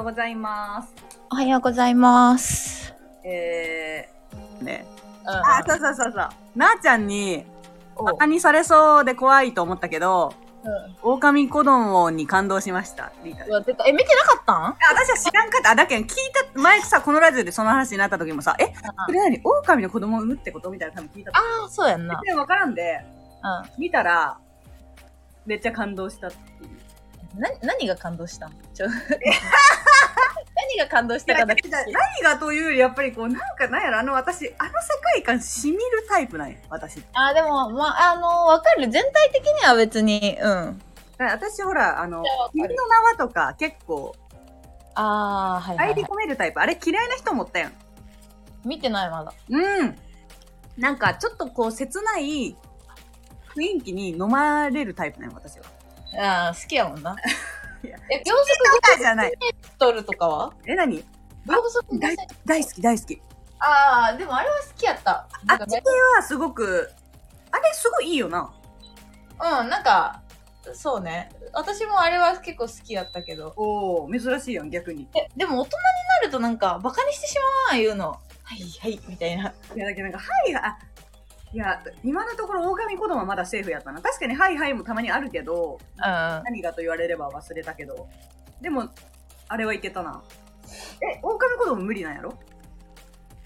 うございます。おはようございます。えー、ね。うんうんあ、そうそうそうそう。なーちゃんに、おバカにされそうで怖いと思ったけど、うん狼子供に感動しました。リータうわ出たえ、見てなかったんあ私は知らんかった。あ、だけど聞いた、前さ、このラジオでその話になった時もさ、え、それ何狼の子供を産むってことみたいな多分聞いた。ああ、そうやんな。全然わからんで、う見たら、めっちゃ感動したっていう。ん。な、何が感動したんちょ、 何が感動したかだけ聞きたい。何がというより、やっぱりこう、なんか、なんやろ、あの私、あの世界観染みるタイプなんや、私。あー、でも、まあ、あの、わかる。全体的には別に、うん。だから私、ほら、あのいやわ、かる君の名はとか、結構、ああ、はい、はい入はりい。込めるタイプ。あれ嫌いな人もおったやん。見てない、まだ。うん。なんか、ちょっとこう、切ない雰囲気に飲まれるタイプなんや、私は。ああ、好きやもんな。いや え、秒速じゃない。取るとかはえ、何秒速大大好き、大好き。ああ、でもあれは好きやった。あなっんかち系ねはすごく、あれすごいいいよな。うん、なんか、そうね。私もあれは結構好きやったけど。おお珍しいやん、逆に。え、でも大人になるとなんか、バカにしてしまうな、言うの。はい、はい、みたいな。いや、だけどなんか、はいはい、あ、いや、今のところ狼子供はまだセーフやったな。確かに、はいはいもたまにあるけど、うん。何がと言われれば忘れたけど。でも、あれはいけたな。え、狼子供無理なんやろ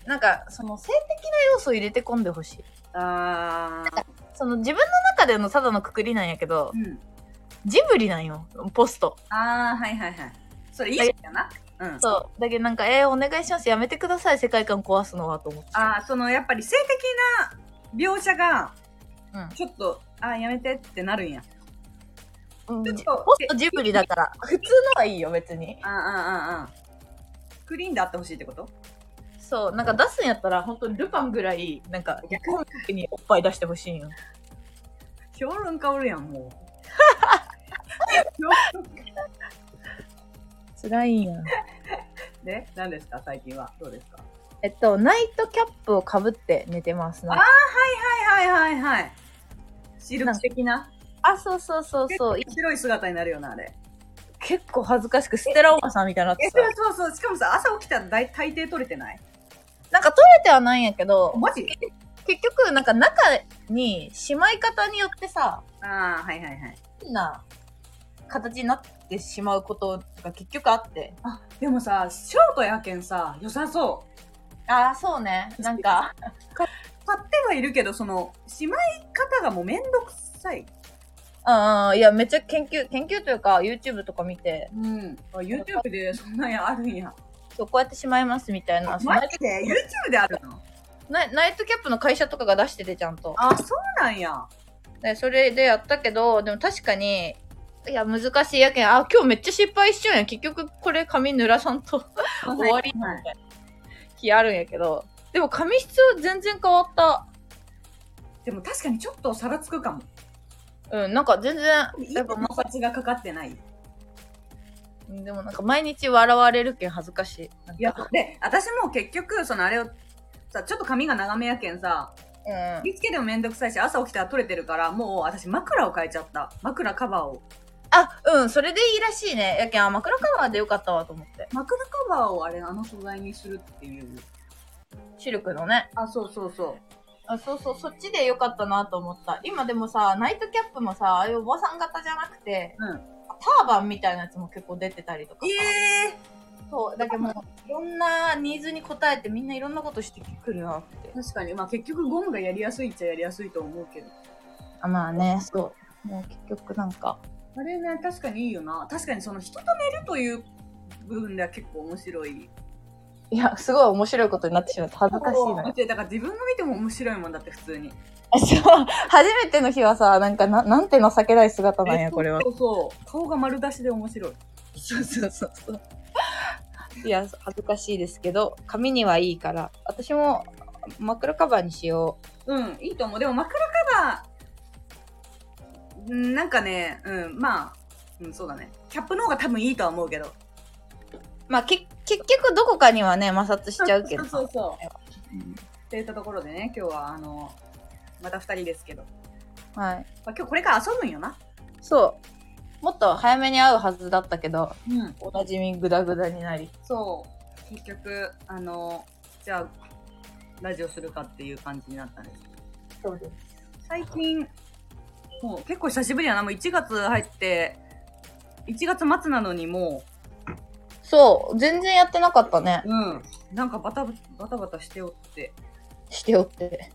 なんか、その性的な要素を入れて込んでほしい。あー、その自分の中でのただのくくりなんやけどう、ん。ジブリなんよ、ポスト。あー、はいはいはい。それいいじゃな。うん。そう。だけどなんか、えーお願いします。やめてください、世界観壊すのは、と思って。あー、その、やっぱり性的な描写が、うんちょっと、あー、やめてってなるんや。うんちょっとじポストジブリだから、普通のはいいよ、別に。あー、あー、あー、あー。クリーンであってほしいってことそう、なんか出すんやったら、本当にルパンぐらい、なんか、逆コミックにおっぱい出してほしいんよ。評論家おるやん、もう。辛いんや。で、何ですか最近は。どうですかえっと、ナイトキャップをかぶって寝てますね。あはいはいはいはいはい。シルク的な。あ、そうそうそう結そ構う。白い姿になるよな、あれ。結構恥ずかしく、ステラおばさんみたいになっえ、てさそ。うそうそう。しかもさ、朝起きたら大大抵取れてないなんか取れてはないんやけど、マジ結局、なんか中に、しまい方によってさ、ああ、はいはいはい。変な形になってしまうことが結局あって。あ、でもさ、ショートやけんさ、良さそああ、そうね。なんか、う。買ってはいるけど、その、しまい方がもうめんどくさい。うんうん、いや、めっちゃ研究、研究というか、YouTube とか見て、うん。あ、YouTube でそんなんやあるん や。そう、こうやってしまいますみたいな。そのマジで ?YouTube であるのナイナイトキャップの会社とかが出してて、ちゃんと。あ、そうなんや。でそれでやったけどでも確かにいや難しいやけんあ今日めっちゃ失敗しちゃうやん結局これ髪濡らさんと 終わりみたはいいな日あるんやけどでも髪質は全然変わったでも確かにちょっと差がつくかも。うんなんか全然ややっっぱぱ摩ま擦がかかってない。でもなんか毎日笑われるけん恥ずかしいなんかいや、で、私も結局、そのあれを、さ、ちょっと髪が長めやけんさ、うん着付けでもめんどくさいし、朝起きたら取れてるから、もう私枕を変えちゃった。枕カバーを。あうんそれでいいらしいねやけんあ枕カバーでよかったわと思って枕カバーをあれ、あの素材にするっていう。シルクのねあ、そうそうそあそうそうそっちでよかったなと思った今でもさナイトキャップもさああいうおばさん型じゃなくて、うんターバンみたいなやつも結構出てたりとかう。えそう、だけどもう、いろんなニーズに応えてみんないろんなことしてくるなってー、。確かに。まあ結局ゴムがやりやすいっちゃやりやすいと思うけど。あまあね、そう。もう結局なんか。あれね、確かにいいよな。確かにその人と寝るという部分では結構面白い。いや、すごい面白いことになってしまって恥ずかしいだなっ。てだから自分が見ても面白いもんだって普通に。あそう。初めての日はさ、なんかな、なんて情けない姿なんや、これはえ。そうそう。顔が丸出しで面白い。そうそうそうそう。いや、恥ずかしいですけど、髪にはいいから。私も、枕カバーにしようん、いいと思う。でも枕カバー、うんなんかね、うん、まあ、うん、そうだね。キャップの方が多分いいとは思うけど。う。まあ、け、結局どこかにはね、摩擦しちゃうけど。そうそうそう。うんって言ったところでね、今日は、あの、また二人ですけど。はい。まあ、今日これから遊ぶんよな。そう。もっと早めに会うはずだったけど、うん。おなじみグダグダになり。そう。結局、あの、じゃあ、ラジオするかっていう感じになったんです。そうです。最近、もう結構久しぶりやな。もう1月入って、1月末なのにもそう、全然やってなかったね。う、うん。なんかバタバタバタしておって。しておって。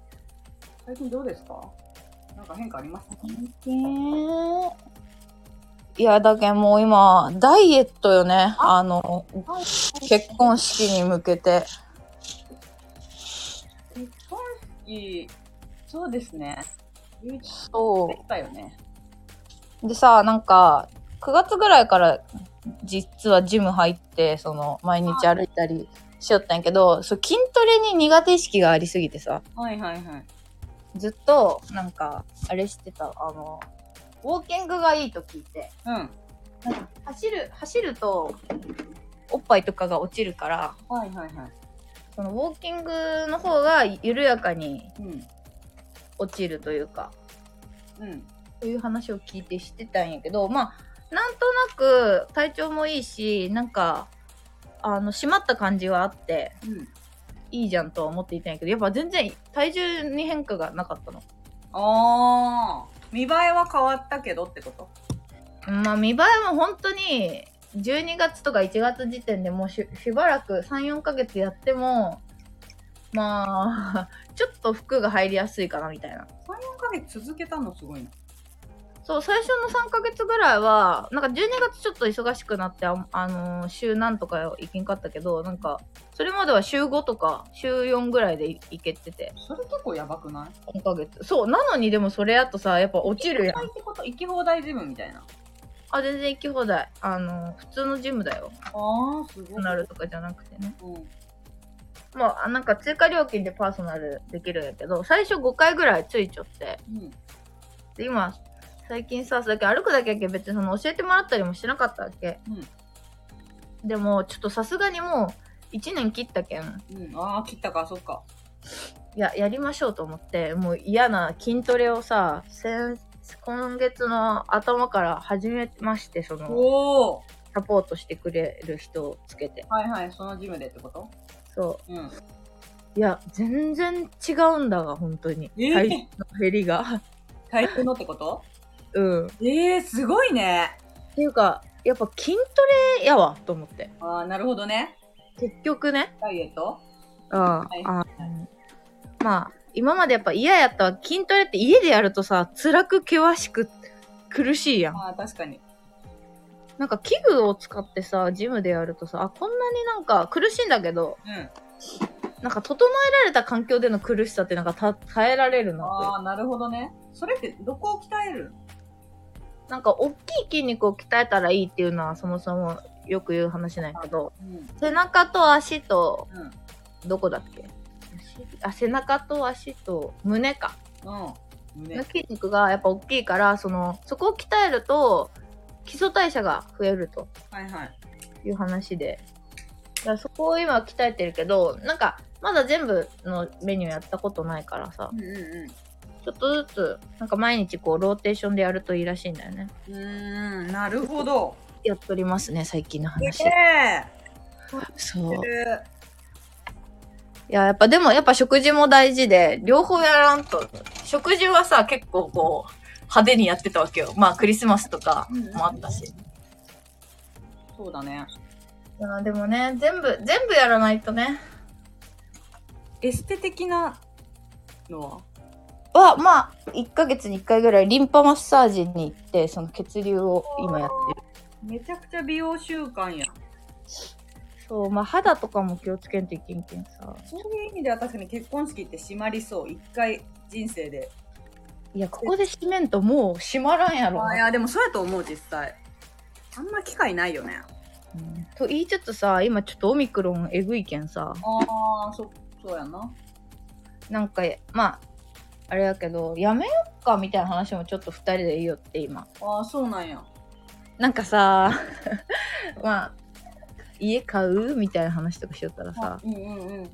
最近どうですかなんか変化ありますかいや、だけんもう今、ダイエットよね。ああの、結婚式に向けて。結婚式、そうですね。言ってそう。たよね。でさ、なんか、9月ぐらいから、実はジム入って、その、毎日歩いたりしよったんやけど、そう、筋トレに苦手意識がありすぎてさ、はいはいはい。ずっと、なんか、あれしてた、あの、ウォーキングがいいと聞いて、うん。走る、走ると、おっぱいとかが落ちるから、はいはいはい。その、ウォーキングの方が緩やかにうん。落ちるというか、うん。そういう話を聞いてしてたんやけどまあなんとなく体調もいいしなんかあの締まった感じはあってうん。いいじゃんとは思っていたんやけどやっぱ全然体重に変化がなかったの。あー。見栄えは変わったけどってことまあ見栄えも本当に12月とか1月時点でもうししばらく34ヶ月やってもまあ ちょっと服が入りやすいかなみたいな ?3、4ヶ月続けたのすごいな。そう最初の3ヶ月ぐらいはなんか12月ちょっと忙しくなってあ、あのー週何とか行けんかったけどなんかそれまでは週5とか週4ぐらいで行けててそれ結構やばくない3ヶ月そうなのにでもそれやとさやっぱ落ちるやん行き放題ってこと行き放題ジムみたいな。あ全然行き放題あのー普通のジムだよあー、すごパーソナルとかじゃなくてねうん。まああなんか追加料金でパーソナルできるんやけど最初5回ぐらいついちゃってうん。で今最近ささっき歩くだけやけん別にその教えてもらったりもしなかったわけ、でもちょっとさすがにもう1年切ったけんうん。あー、切ったか、そっか。いややりましょうと思ってもう嫌な筋トレをさ先今月の頭から始めましてそのおー。サポートしてくれる人をつけてはいはい、そのジムでってことそうん。ういや全然違うんだが本当にえー体重の減りが 体育のってことうんえー、すごいね。っていうかやっぱ筋トレやわと思ってあー、なるほどね。結局ねダイエットうんいあのまあ今までやっぱ嫌やったわ筋トレって家でやるとさ辛く険しく苦しいやんあー、確かに。なんか器具を使ってさジムでやるとさあこんなになんか苦しいんだけどうん。なんか整えられた環境での苦しさってなんかた耐えられるなっていうああ、なるほどね。それってどこを鍛えるなんか大きい筋肉を鍛えたらいいっていうのはそもそもよく言う話なんやけどうん。背中と足とうん。どこだっけ足あ背中と足と胸かうん。胸。の筋肉がやっぱ大きいからそのそこを鍛えると基礎代謝が増えるとはいはい。いう話でだからそこを今鍛えてるけどなんかまだ全部のメニューやったことないからさうんうんちょっとずつなんか毎日こうローテーションでやるといいらしいんだよねうん。うーん、なるほど。やっとりますね最近のす話げえ。そういえややっぱでもやっぱ食事も大事で両方やらんと食事はさ結構こう派手にやってたわけよまあクリスマスとかもあったしそうだね。いやでもね全部全部やらないとねエステ的なのははまあ1ヶ月に1回ぐらいリンパマッサージに行ってその血流を今やってるめちゃくちゃ美容習慣や。そうまあ肌とかも気をつけんといけんけんさそういう意味では確かに結婚式って締まりそう。一回人生で。いやここで締めんともう締まらんやろあーいな、や、でもそうやと思う、実際。あんま機会ないよね。うんと言いつつさ今ちょっとオミクロンえぐいけんさああ、そ、そうやな。なんかまああれやけどやめよっかみたいな話もちょっと2人で言いよって今ああ、そうなんや。なんかさ まあ家買うみたいな話とかしよったらさ、うんうんうん。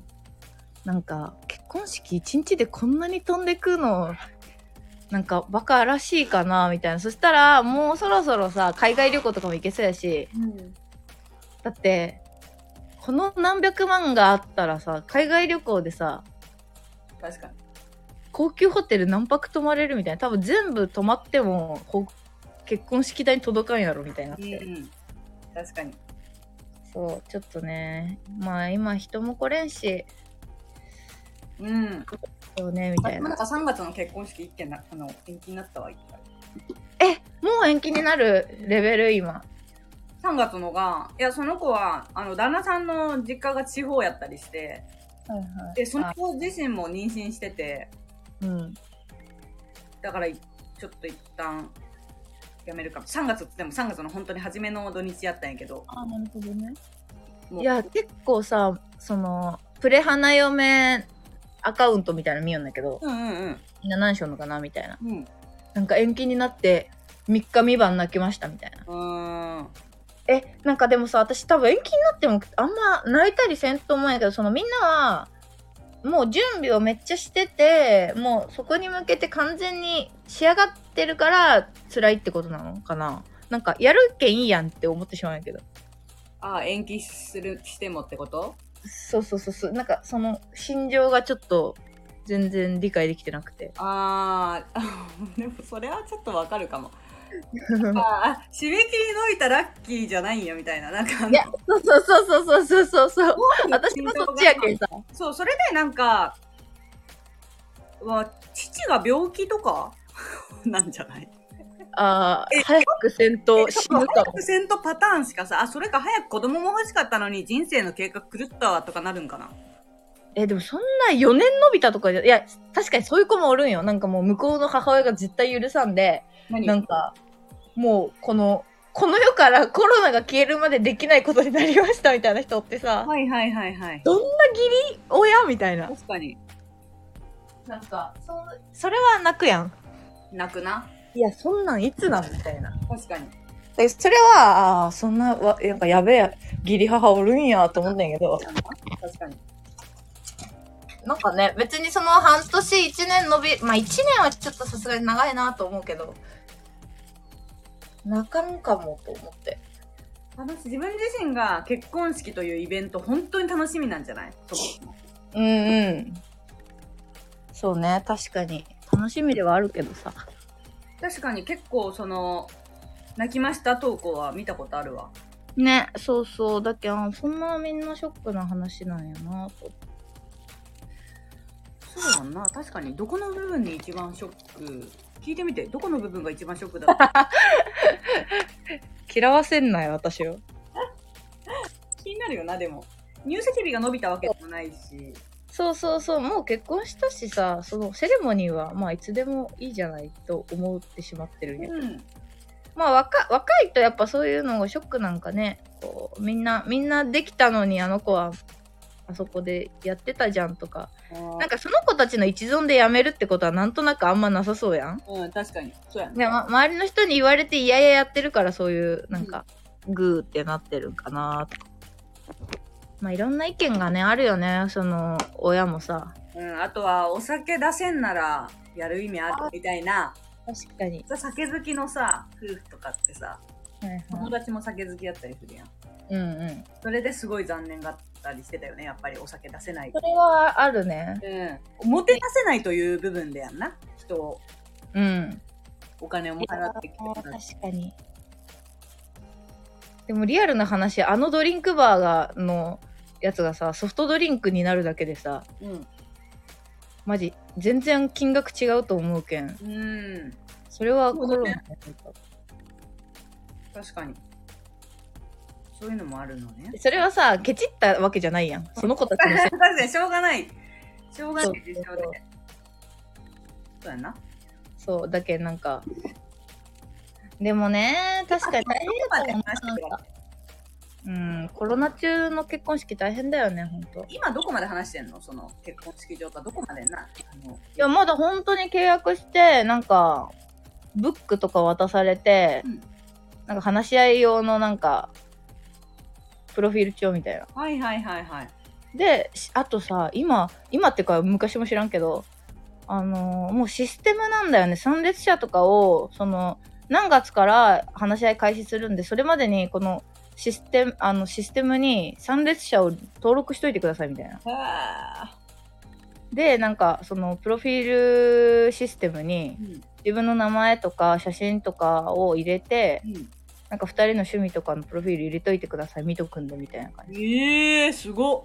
なんか結婚式一日でこんなに飛んでくのなんかバカらしいかなみたいなそしたらもうそろそろさ海外旅行とかも行けそうやしうん。だってこの何百万があったらさ海外旅行でさ確かに。高級ホテル何泊泊まれるみたいな多分全部泊まってもこう結婚式代に届かんやろみたいになって、うん。確かに。そうちょっとねまあ今人も来れんしうん。そうねみあたでいもななんか3月の結婚式一件な、あの、延期になったわ、一回。えもう延期になるレベル今3月のが、いや、その子は、あの、旦那さんの実家が地方やったりして、はいはで、その子自身も妊娠してて、うんだから、ちょっと一旦、やめるかも。3月ってでも3月の本当に初めの土日やったんやけど、あなるほどねもういや結構さそのプレ花嫁アカウントみたいなの見よんだけどうんうんみんな何しよんのかなみたいなうん。うん。なんか延期になって3日三晩泣きましたみたいなうーん。えなんかでもさ私多分延期になってもあんま泣いたりせんと思うんやけどそのみんなはもう準備をめっちゃしててもうそこに向けて完全に仕上がってるから辛いってことなのかななんかやるけんいいやんって思ってしまうんやけどああ、延期する、してもってことそうそうそうそうなんかその心情がちょっと全然理解できてなくてああ、 でもそれはちょっとわかるかも。ああ、締め切りのいたラッキーじゃないんや、みたいな。なんかあの、いやそうそうそうそうそうそうそう私もそっちやけんさそう、それでなんか、は父が病気とか なんじゃないあーえ早く戦闘死ぬかも苦戦とパターンしかさ、あ、それか早く子供も欲しかったのに人生の計画狂ったわとかなるんかな。えでもそんな4年伸びたとかじゃいや確かにそういう子もおるんよなんかもう向こうの母親が絶対許さんで何なんかもうこのこの世からコロナが消えるまでできないことになりましたみたいな人ってさはいはいはいはい。どんな義理親みたいな確かに。なんかそそれは泣くやん泣くな。いやそんなんいつなんみたいな確かに。でそれはあーそんなわなんかやべえ義理母おるんやと思ったんやけど確かに。なんかね、別にその半年、1年伸び、まあ1年はちょっとさすがに長いなと思うけど、なかんかもと思って。私自分自身が結婚式というイベント本当に楽しみなんじゃないそもうんうん。そうね、確かに。楽しみではあるけどさ。確かに結構その泣きました投稿は見たことあるわね、そうそう。だけど、そんなみんなショックな話なんやなと。そうやんな確かにどこの部分に一番ショック聞いてみてどこの部分が一番ショックだった嫌わせんなよ、私を。気になるよなでも入籍日が伸びたわけでもないしそうそうそう、もう結婚したしさ、そのセレモニーは、まあいつでもいいじゃないと思ってしまってるんやけどうんまあ若若いとやっぱそういうのがショックなんかねこうみんなみんなできたのにあの子はあそこでやってたじゃんとかなんかその子たちの一存でやめるってことはなんとなくあんまなさそうやんうん確かにそうやんで、ま、周りの人に言われていやいややってるからそういうなんかグーってなってるんかなとかまあいろんな意見がねあるよねその親もさうん、あとはお酒出せんならやる意味あるみたいな確かに、さ酒好きのさ夫婦とかってさはいはい友達も酒好きやったりするやんうんうんそれですごい残念があったりしてたよねやっぱりお酒出せないそれはあるねうんもてなせないという部分でやんな人をうんお金をも払ってきてあー確かにでもリアルな話あのドリンクバーがのやつがさソフトドリンクになるだけでさうんマジ全然金額違うと思うけうんんそれはそうコだロナね確かにそういうのもあるの ねそれはさケチったわけじゃないやんその子たちのせ い確かにしょうがないしょうがないでしょうそうねそうやなそうだけんなんかでもね確かに大変や今とね思う話してくれたうんコロナ中の結婚式大変だよねほんと今どこまで話してんのその結婚式場かどこまでなあのいや、まだ本当に契約して、なんか、ブックとか渡されて、うんなんか話し合い用のなんか、プロフィール帳みたいな。はいはいはいはいで、しあとさ、今、今ってか昔も知らんけど、あのーもうシステムなんだよね参列者とかをその何月から話し合い開始するんでそれまでにこのシステムあのシステムに参列者を登録しといてくださいみたいな。あでなんかそのプロフィールシステムにうん自分の名前とか写真とかを入れてうんなんか2人の趣味とかのプロフィール入れといてください見とくんでみたいな感じええすごっ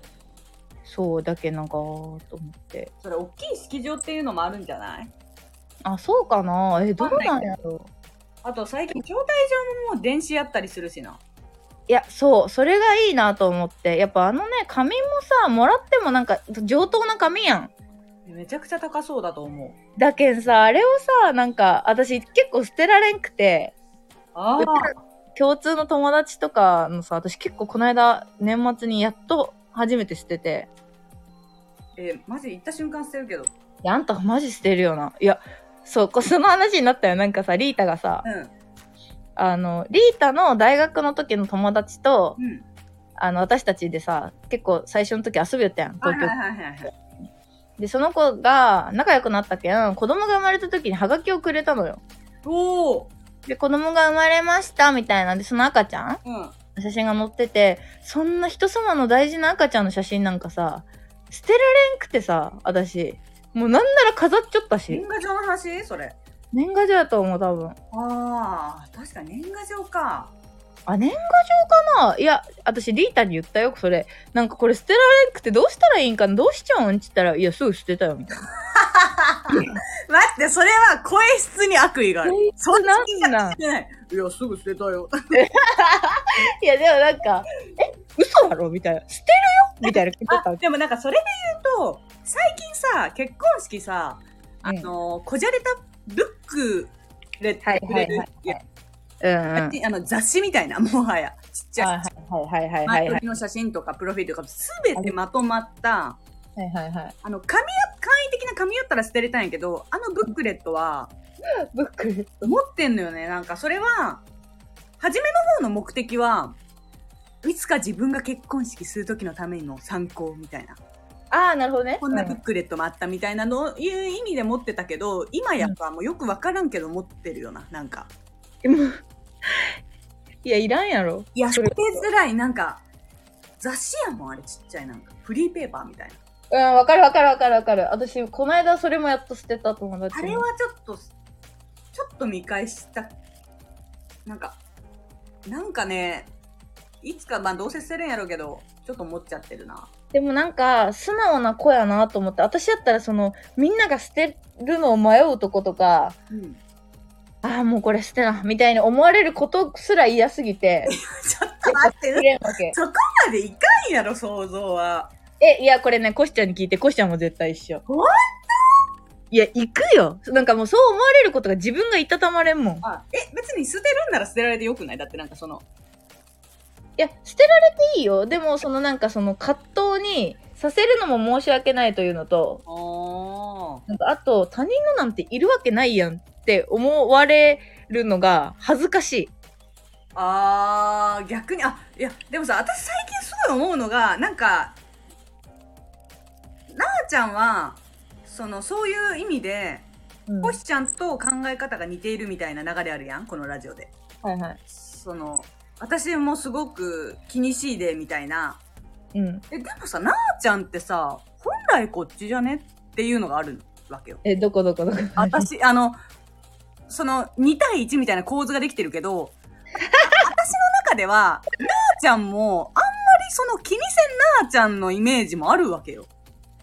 そうだけなんかと思ってそれ大きい式場っていうのもあるんじゃないあそうかなえどうなんやろうあと最近招待状ももう電子やったりするしないやそうそれがいいなと思ってやっぱあのね紙もさもらってもなんか上等な紙やんめちゃくちゃ高そうだと思うだけんさあれをさなんか私結構捨てられんくてああ共通の友達とかのさ私結構この間年末にやっと初めて捨ててえマジ行った瞬間捨てるけどいやあんたマジ捨てるよないやそうこその話になったよなんかさリータがさうんあのリータの大学の時の友達とうんあの私たちでさ結構最初の時遊びよったやんはい東はい京はいはいはいでその子が仲良くなったけん子供が生まれた時にハガキをくれたのよおおで子供が生まれましたみたいなんでその赤ちゃんうん写真が載っててそんな人様の大事な赤ちゃんの写真なんかさ捨てられんくてさ私もうなんなら飾っちゃったし年賀状の話それ年賀状やと思う多分ああ確かに年賀状かあ年賀状かないや私リータに言ったよそれなんかこれ捨てられんくてどうしたらいいんかなどうしちゃうんっつったらいやすぐ捨てたよみたいな待ってそれは声質に悪意がある声質そんななんなんしてないいやすぐ捨てたよいやでもなんかえ嘘だろみたいな捨てるよみたいな聞いてたあでもなんかそれで言うと最近さ結婚式さあの、こじゃれたルックではいはいはいうんうん。はいあの雑誌みたいなもはやちっちゃい、はいはいは前いはい撮りの写真とかプロフィールとか全てまとまったはいはいはい。あの紙や簡易的な紙やったら捨てれたんやけどあのブックレットはブックレット。持ってんのよねなんかそれは初めの方の目的はいつか自分が結婚式する時のための参考みたいなああ、なるほどね。こんなブうックレットもあったみたいなのをいう意味で持ってたけど今やっぱもうよく分からんけど持ってるよななんかんいや、いらんやろ。いや捨そてれづらいなんか雑誌やもんあれちっちゃいなんかフリーペーパーみたいなうん、わかるわかるわかるわかる。私、この間それもやっと捨てた友達あにれはちょっと、ちょっと見返した。なんか、なんかね、いつか、まあどうせ捨てるんやろうけど、ちょっと思っちゃってるな。でもなんか、素直な子やなと思って、私やったらその、みんなが捨てるのを迷うとことか、うん。ああ、もうこれ捨てな、みたいに思われることすら嫌すぎて、ちょっと待って、捨てれんわけ。 そこまでいかんやろ、想像は。え、いや、これね、コシちゃんに聞いて、コシちゃんも絶対一緒。ほんといや、行くよ。なんかもうそう思われることが自分がいたたまれんもん。いあえ、別に捨てるんなら捨てられてよくないだってなんかその、や、捨てられていいよ。でも、そのなんかその葛藤にさせるのも申し訳ないというのと、おなんかあと、他人のなんているわけないやんって思われるのが恥ずかしい。あー、逆に、あ、いや、でもさ、私最近すごい思うのが、なんか、なあちゃんは、その、そういう意味で、うんはコシちゃんと考え方が似ているみたいな流れあるやんこのラジオでいはい。その私もすごく気にしいでみたいなうん。えでもさなあちゃんってさ本来こっちじゃねっていうのがあるわけよえ、どこどこどこ。 私あのその2対1みたいな構図ができてるけど私の中ではなあちゃんもあんまりその気にせんなあちゃんのイメージもあるわけよ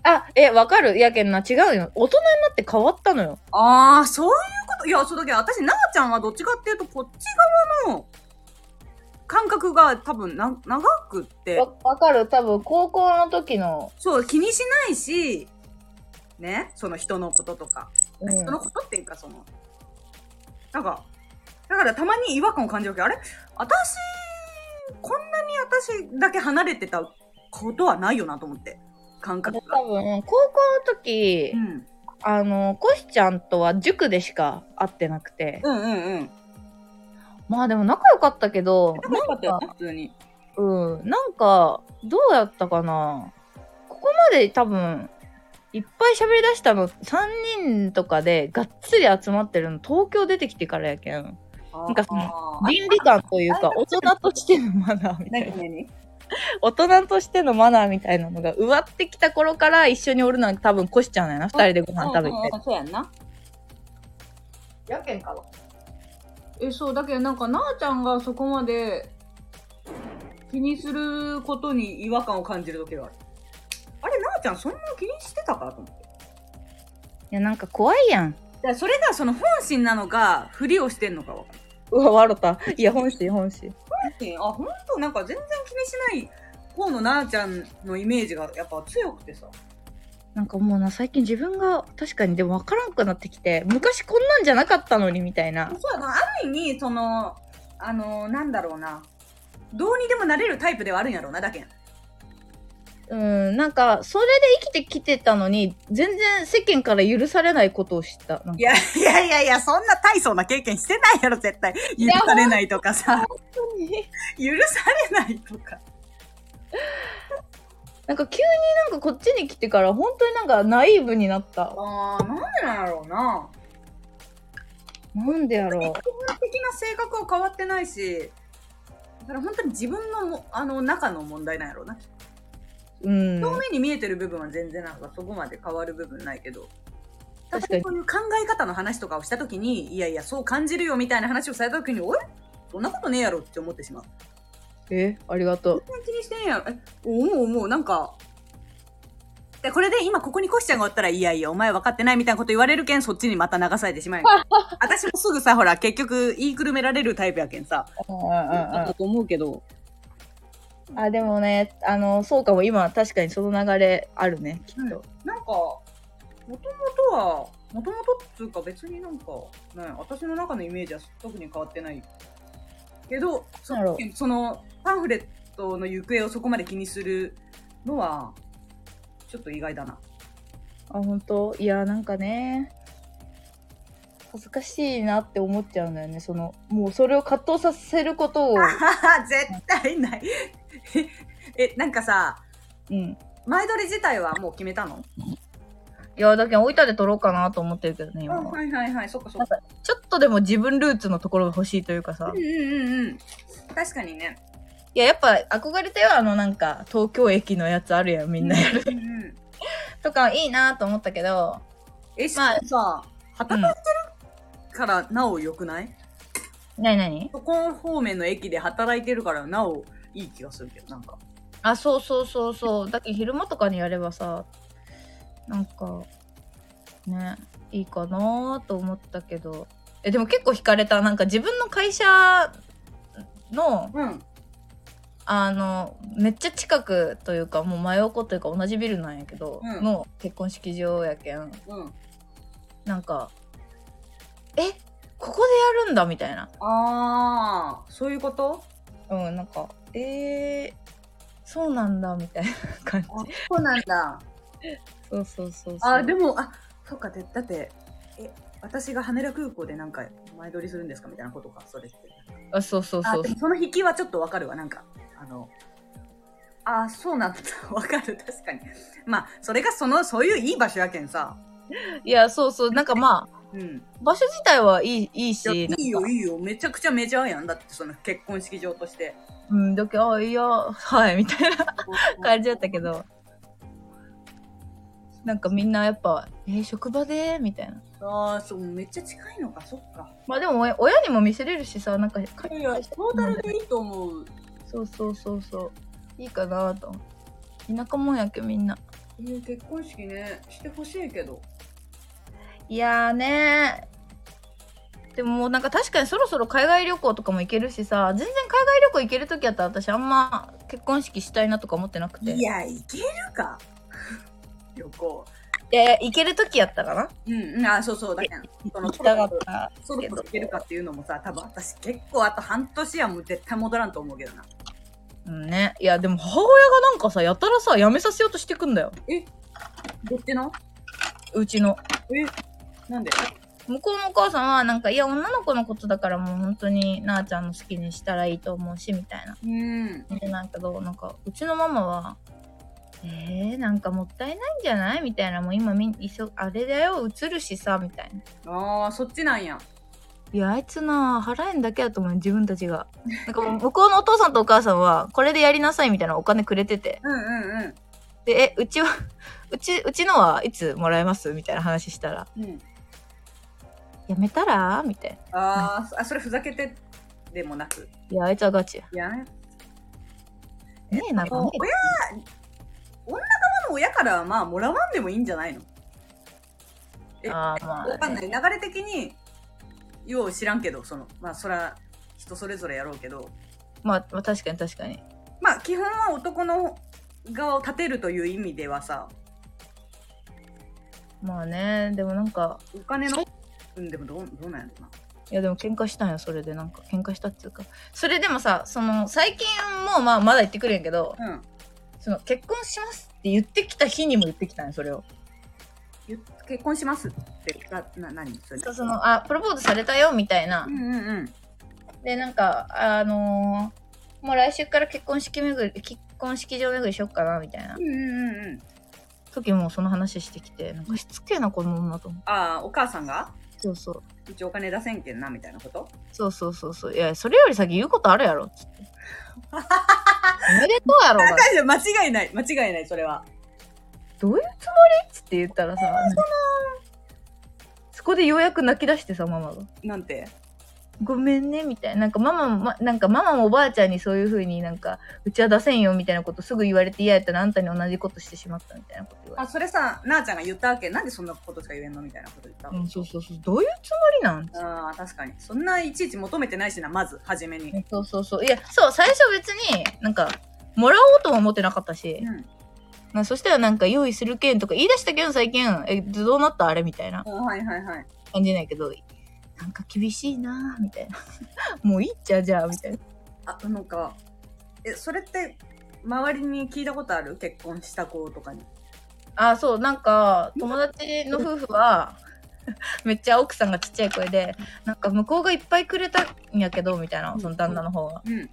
あ、え、わかる。やけんな。違うよ。大人になって変わったのよ。ああそういうこといやそうだけど私なあちゃんはどっちかっていうとこっち側の感覚が多分な長くってわわかる。多分、高校の時の。そう気にしないしねその人のこととか、うん人のことっていうかそのなんかだからたまに違和感を感じるわけあれ私こんなに私だけ離れてたことはないよなと思って感多覚が。分高校の時、うん、あのコシちゃんとは塾でしか会ってなくて、うんうんうん。まあでも仲良かったけどでもよかったよね、普通に。うんなんかどうやったかなここまで多分いっぱい喋り出したの、3人とかでがっつり集まってるの、東京出てきてからやけん。なんかそのの倫理観というか、大人としてのマナーみたいな。何大人としてのマナーみたいなのが、うわってきた頃から一緒におるのは多分コシちゃんだよな。二人でご飯食べて。うんうんそうやんな。やけんかえ、そう、だけどなんか、なあちゃんがそこまで気にすることに違和感を感じる時がある。あれ、なあちゃんそんな気にしてたかと思って。いや、なんか怖いやん。だからそれがその本心なのか、ふりをしてんのかわかんないうわ、笑った。いや、本心、本心。ねあ、ほんと、なんか全然気にしない方のなあちゃんのイメージがやっぱ強くてさ。なんかもうな、最近自分が確かにでも分からんくなってきて、昔こんなんじゃなかったのにみたいな。そうやな、ある意味、その、あの、なんだろうな。どうにでもなれるタイプではあるんやろうな、だけん。うん、なんか、それで生きてきてたのに、全然世間から許されないことを知った。なんいかや、いやいやいや、そんな大層な経験してないやろ、絶対。許やされないとかさ。本当に許されないとか。なんか急になんかこっちに来てから、本当になんかナイーブになった。ああ、なんでなんやろうな。なんでやろ基本的な性格は変わってないし、だから本当に自分のもあの中の問題なんやろうな。う。うん。表面に見えてる部分は全然なんかそこまで変わる部分ないけど。確かにそういう考え方の話とかをしたときに、いやいや、そう感じるよみたいな話をされたときに、おいそんなことねえやろって思ってしまう。え、ありがとう。全然気にしてんやろ。え、思う思う、なんか。で、これで今ここにコシちゃんがおったら、いやいや、お前分かってないみたいなこと言われるけん、そっちにまた流されてしまうよ。 私もすぐさ、ほら、結局言いくるめられるタイプやけんさ。だと思うけど。あ、でもね、あの、そうかも、今、確かにその流れあるね、きっうんと。なんか、もともとは、もともとっつうか別になんか、ね、私の中のイメージは特に変わってない。けど、そなんやろそのパンフレットの行方をそこまで気にするのは、ちょっと意外 だな。あ、本当いや、なんかね、恥ずかしいなって思っちゃうんだよね、その、もうそれを葛藤させることを、絶対ない。 え、なんかさ、うん。前撮り自体はもう決めたのいや、だけど、置いたで取ろうかなと思ってるけどね、今は。いはいはい、そっかそっか。ちょっとでも自分ルーツのところが欲しいというかさう。んうんうんうん。確かにね。いや、やっぱ憧れたよ、あの、なんか、東京駅のやつあるやん、みんなやる。うんうん、とか、いいなと思ったけど、え、しまあかもさ、働いてるからなお良くない、なになにそこ方面の駅で働いてるからなおいい気がするけどなんかあ、そうそうそうそう。だけど昼間とかにやればさ、なんか、ね、いいかなと思ったけど。え、でも結構惹かれた。なんか自分の会社の、うんあの、めっちゃ近くというか、もう真横というか同じビルなんやけど、うんの結婚式場やけん。うんなんか、え、ここでやるんだみたいな。ああそういうことうん、なんか、えー、そうなんだみたいな感じ。そうなんだそうそうそうそう。あでもあそうかでだってえ私が羽田空港でなんか前撮りするんですかみたいなことかそれってあ、そうそうあそうでそうも。その引きはちょっとわかるわなんかあのあそうなんだ わかる確かにまあそれがそのそういういい場所やけんさいや、そうそう。なんかまあ、うん場所自体はいい、いいいし、やいいなんよかいいよめちゃくちゃメジャーやんだってその結婚式場としてうん、だけど、あ、いや、はい、みたいな感じだったけど、なんかみんなやっぱ、えー職場でみたいな。ああ、そう、めっちゃ近いのか、そっか。まあでも、お親にも見せれるしさ、なんか、かいや、トータルでいいと思う。そうそうそうそう。いいかなと。田舎もんやけ、みんな。えー結婚式ね、してほしいけど。いやーねー。でももうなんか確かにそろそろ海外旅行とかも行けるしさ、全然海外旅行行ける時やったら私あんま結婚式したいなとか思ってなくて。や、いけるか。 旅行。で、行ける時やったかなうん、うん、あ、そうそう、だけど、その行きたかったそろそろいけるかっていうのもさ、多分私結構あと半年はもう絶対戻らんと思うけどな。うんね。いや、でも母親がなんかさ、やたらさ、辞めさせようとしてくんだよ。どっちのうちの。えなんで向こうのお母さんは、なんか、いや、女の子のことだからもう本当に、なあちゃんの好きにしたらいいと思うし、みたいな。うん。で、なんかどう、なんか、うちのママは、えー、なんかもったいないんじゃないみたいなもう今みんいそあれだよ映るしさみたいなああ、そっちなんや。いやあいつな払えんだけだと思うよ自分たち がなんかもう向こうのお父さんとお母さんはこれでやりなさいみたいなお金くれててうんうんでえうちはうちうちのはいつもらえますみたいな話したらうん。うん、やめたらみたいあーあ、それふざけてでもなく。ないやあいつはガチやいやね。ねえなんかねもう親、女側の親からはまあもらわんでもいいんじゃないのえあーまあねわかんない。流れ的に、よう知らんけど、その、まあそら、人それぞれやろうけど、まあ、まあ確かに確かにまあ基本は男の側を立てるという意味ではさ、まあねでもなんかお金のそう、うん、でもどうどうなんやろないやでも喧嘩したんやそれでなんか喧嘩したっていうかそれでもさその最近もまあまだ言ってくるんやけど。うん。その結婚しますって言ってきた日にも言ってきたんよそれをゆ結婚しますって、な、な、何それそうそのあプロポーズされたよみたいなうんうんうん。でなんかあのーもう来週から結婚式巡り結婚式場巡りしよっかなみたいなうんうんうんうん。時もその話してきてなんかしつけえなこの女と思ってああ、お母さんがそうそううちお金出せんけんな、みたいなことそうそうそうそういやそれより先言うことあるやろっ つっておめでとうやろが大丈夫、間違いない、間違いない、それは。どういうつもりっつって言ったらさそこでようやく泣き出してさママがなんて。 「ごめんね」みたいななんかママも、ま、なんかママもおばあちゃんにそういう風になんか「うちは出せんよ」みたいなことすぐ言われて嫌やったらあんたに同じことしてしまったみたいなこと言わあ、れてそれさ、なあちゃんが言ったわけ、なんでそんなことしか言えんのみたいなこと言った。うん、そうそうそうどういうつもりなんああ、確かに。そんないちいち求めてないしな、まず、初めに。そうそうそういやそう最初別になんかもらおうとも思ってなかったし、うん。まあ、そしたらなんか用意するけんとか言い出したけど最近「えどうなったあれ?」みたいなうんはいはいはい。感じないけどなんか厳しいなぁみたいな もういいっちゃじゃあみたいなあ、なんか、え、それって、周りに聞いたことある結婚した子とかに。あそうなんか友達の夫婦は めっちゃ奥さんがちっちゃい声でなんか向こうがいっぱいくれたんやけどみたいなその旦那の方が、うん。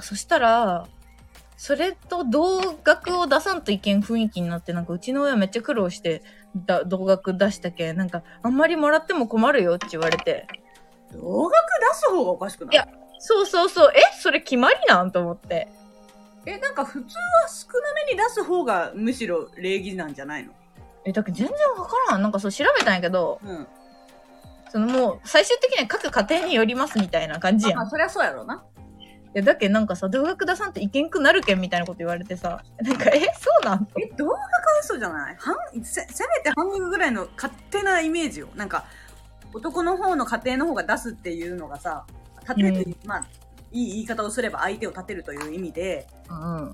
そしたらそれと同額を出さんといけん雰囲気になってなんかうちの親めっちゃ苦労してだ同額出したけんなんかあんまりもらっても困るよって言われて同額出す方がおかしくないいやそうそうそうえそれ決まりなんと思ってえ、なんか普通は少なめに出す方がむしろ礼儀なんじゃないのえだけど全然わからんなんかそう調べたんやけどうん。そのもう最終的には各家庭によりますみたいな感じやんまあ、そりゃそうやろうな。いやだけなんかさ同学出さんっていけんくなるけんみたいなこと言われてさなんかえそうなんとえ、動画か嘘じゃない半せせめて半額ぐらいの勝手なイメージよ。なんか、男の方の家庭の方が出すっていうのがさ、立てるという、まあ、いい言い方をすれば相手を立てるという意味で、うん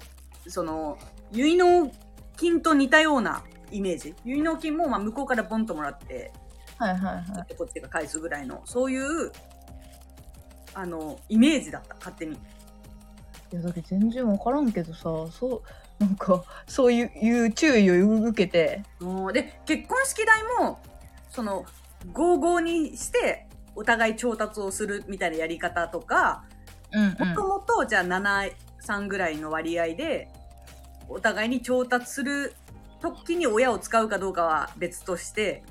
その、結納金と似たようなイメージ。結納金も、まあ、向こうからボンともらって、はいはいはこっちが返すぐらいの、そういう、あの、イメージだった、勝手に。いいやだけ全然わからんけどさそうなんかそういういう注意を受けておーで結婚式代もその55にしてお互い調達をするみたいなやり方とかうんうんもともとじゃあ73ぐらいの割合でお互いに調達する時に親を使うかどうかは別として、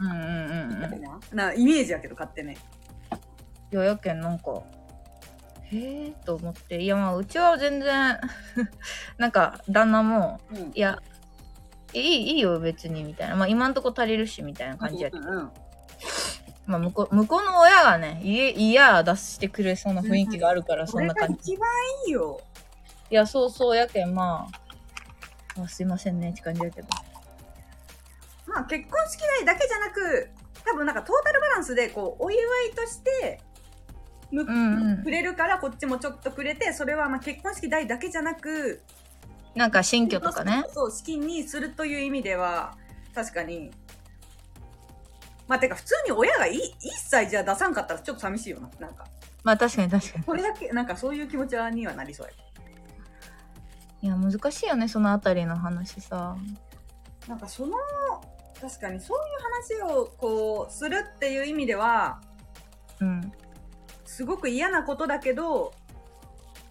うんうんうんうんなイメージやけど勝手ねいややけんなんかへえと思っていやまあうちは全然 なんか旦那もうんいやいいいいよ別にみたいなまあ今んとこ足りるしみたいな感じやけうど、んうんまあ、向こう向こうの親がね家いや出してくれそうな雰囲気があるからそそんれなが感じ一番いいよいや、そうそうやけん、まあ、あすいませんねって感じやけど。まあ結婚式代だけじゃなく多分なんかトータルバランスでこうお祝いとしてむ、うんうんくれるからこっちもちょっとくれてそれはまあ結婚式代だけじゃなくなんか、新居とかね。そう資金にするという意味では確かにまあてか普通に親がい一切じゃあ出さんかったらちょっと寂しいよななんかまあ、確かに確かに。これだけなんかそういう気持ちにはなりそうやいや、難しいよね、そのあたりの話さ。なんかその確かにそういう話をこうするっていう意味ではうん。すごく嫌なことだけど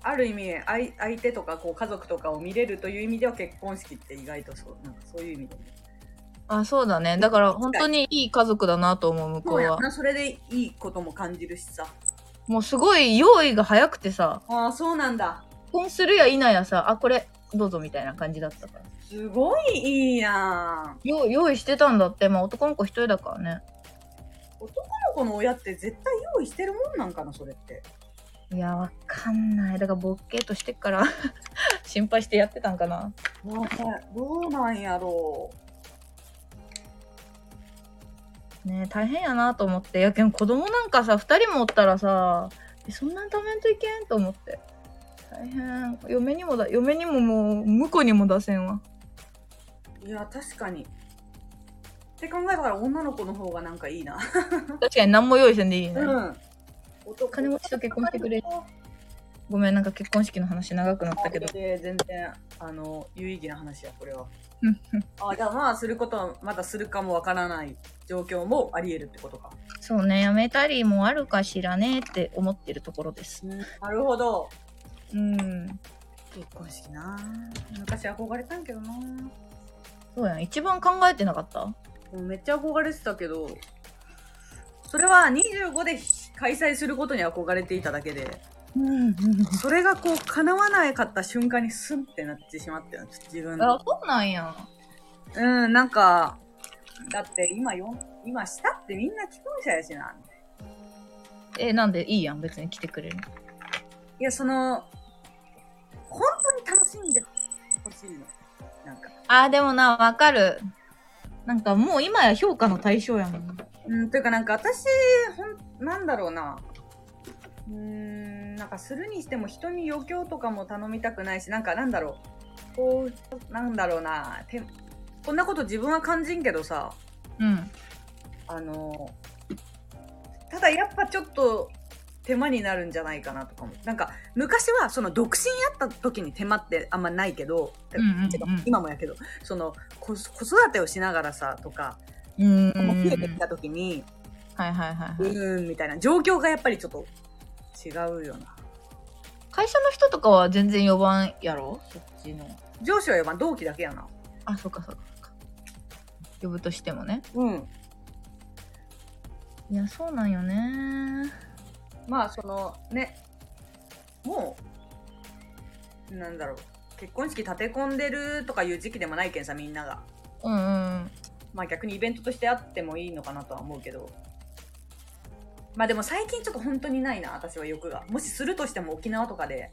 ある意味相相手とかこう家族とかを見れるという意味では結婚式って意外とそうなんかそういう意味であ、そうだね。だから本当にいい家族だなと思う、向こそううやはん。なそれでいいことも感じるしさもうすごい用意が早くてさ、ああそうなんだ結婚するや否やさ、あ、これ、どうぞみたいな感じだったから。すごいいいやんよ用意してたんだって、まあ男の子一人だからね。男の子の親って絶対用意してるもんなんかなそれっていや、わかんない。だからボッケーっとしてっから、 心配してやってたんかな。もうどうなんやろうね大変やなと思って。いや、けど子供なんかさ、二人もおったらさ、えそんなに食べんといけんと思って。大変。嫁にもだ、嫁にももう、婿にも出せんわ。いや確かにって考えたら女の子の方がなんかいいな確かに何も用意せんでいいね。ん男金持ちと結婚してくれごめん、なんか結婚式の話長くなったけど。で全然あの有意義な話やこれはうんあじゃあまあすることはまだするかもわからない状況もあり得るってことか、そうね、やめたりもあるかしらねって思ってるところです。なるほどうん。結婚式な昔憧れたんけどなそうやん。一番考えてなかったもうめっちゃ憧れてたけどそれは25で開催することに憧れていただけでうん。それがこう叶わなかった瞬間にスンってなってしまったよ自分のあ、そうなんや。うん、なんか、だって今よん、今したってみんな既婚者やしな。え、なんでいいやん。別に来てくれる。いや、その、本当に楽しんでほしいの。なんか。あー、でもな、わかる。なんかもう今や評価の対象やもん。うん、というかなんか私、ほん、なんだろうな。うーん、なんかするにしても人に余興とかも頼みたくないし、なんかなんだろう。こう、なんだろうな。てこんなこと自分は感じんけどさ、うん。あの、ただやっぱちょっと手間になるんじゃないかなとかも。なんか昔はその独身やった時に手間ってあんまないけど、うんうんうんてか今もやけど、その子子育てをしながらさとか、うん。もう増えてきた時に、はいはいはいうはい。ーんみたいな状況がやっぱりちょっと違うよな。会社の人とかは全然呼ばんやろそっちの。上司はやっぱ同期だけやな。あ、そうかそうかそうか。呼ぶとしてもね。うん。いや、そうなんよね。まあそのね、もう、なんだろう。結婚式立て込んでるとかいう時期でもないけんさ、みんなが。うんうん。まあ逆にイベントとしてあってもいいのかなとは思うけど。まあでも最近ちょっと本当にないな、私は欲が。もしするとしても沖縄とかで、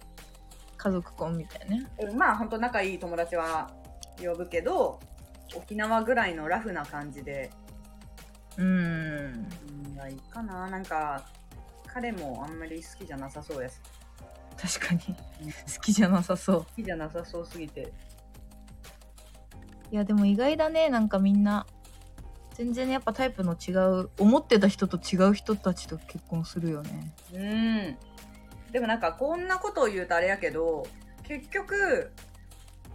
家族婚みたいね。うんまあ本当仲いい友達は呼ぶけど、沖縄ぐらいのラフな感じで、うん。うん、がいいかな。なんか、彼もあんまり好きじゃなさそうやし、確かに。好きじゃなさそう。好きじゃなさそうすぎて。いや、でも意外だね。なんかみんな。全然やっぱタイプの違う、思ってた人と違う人たちと結婚するよね。うん。でもなんかこんなことを言うとあれやけど、結局、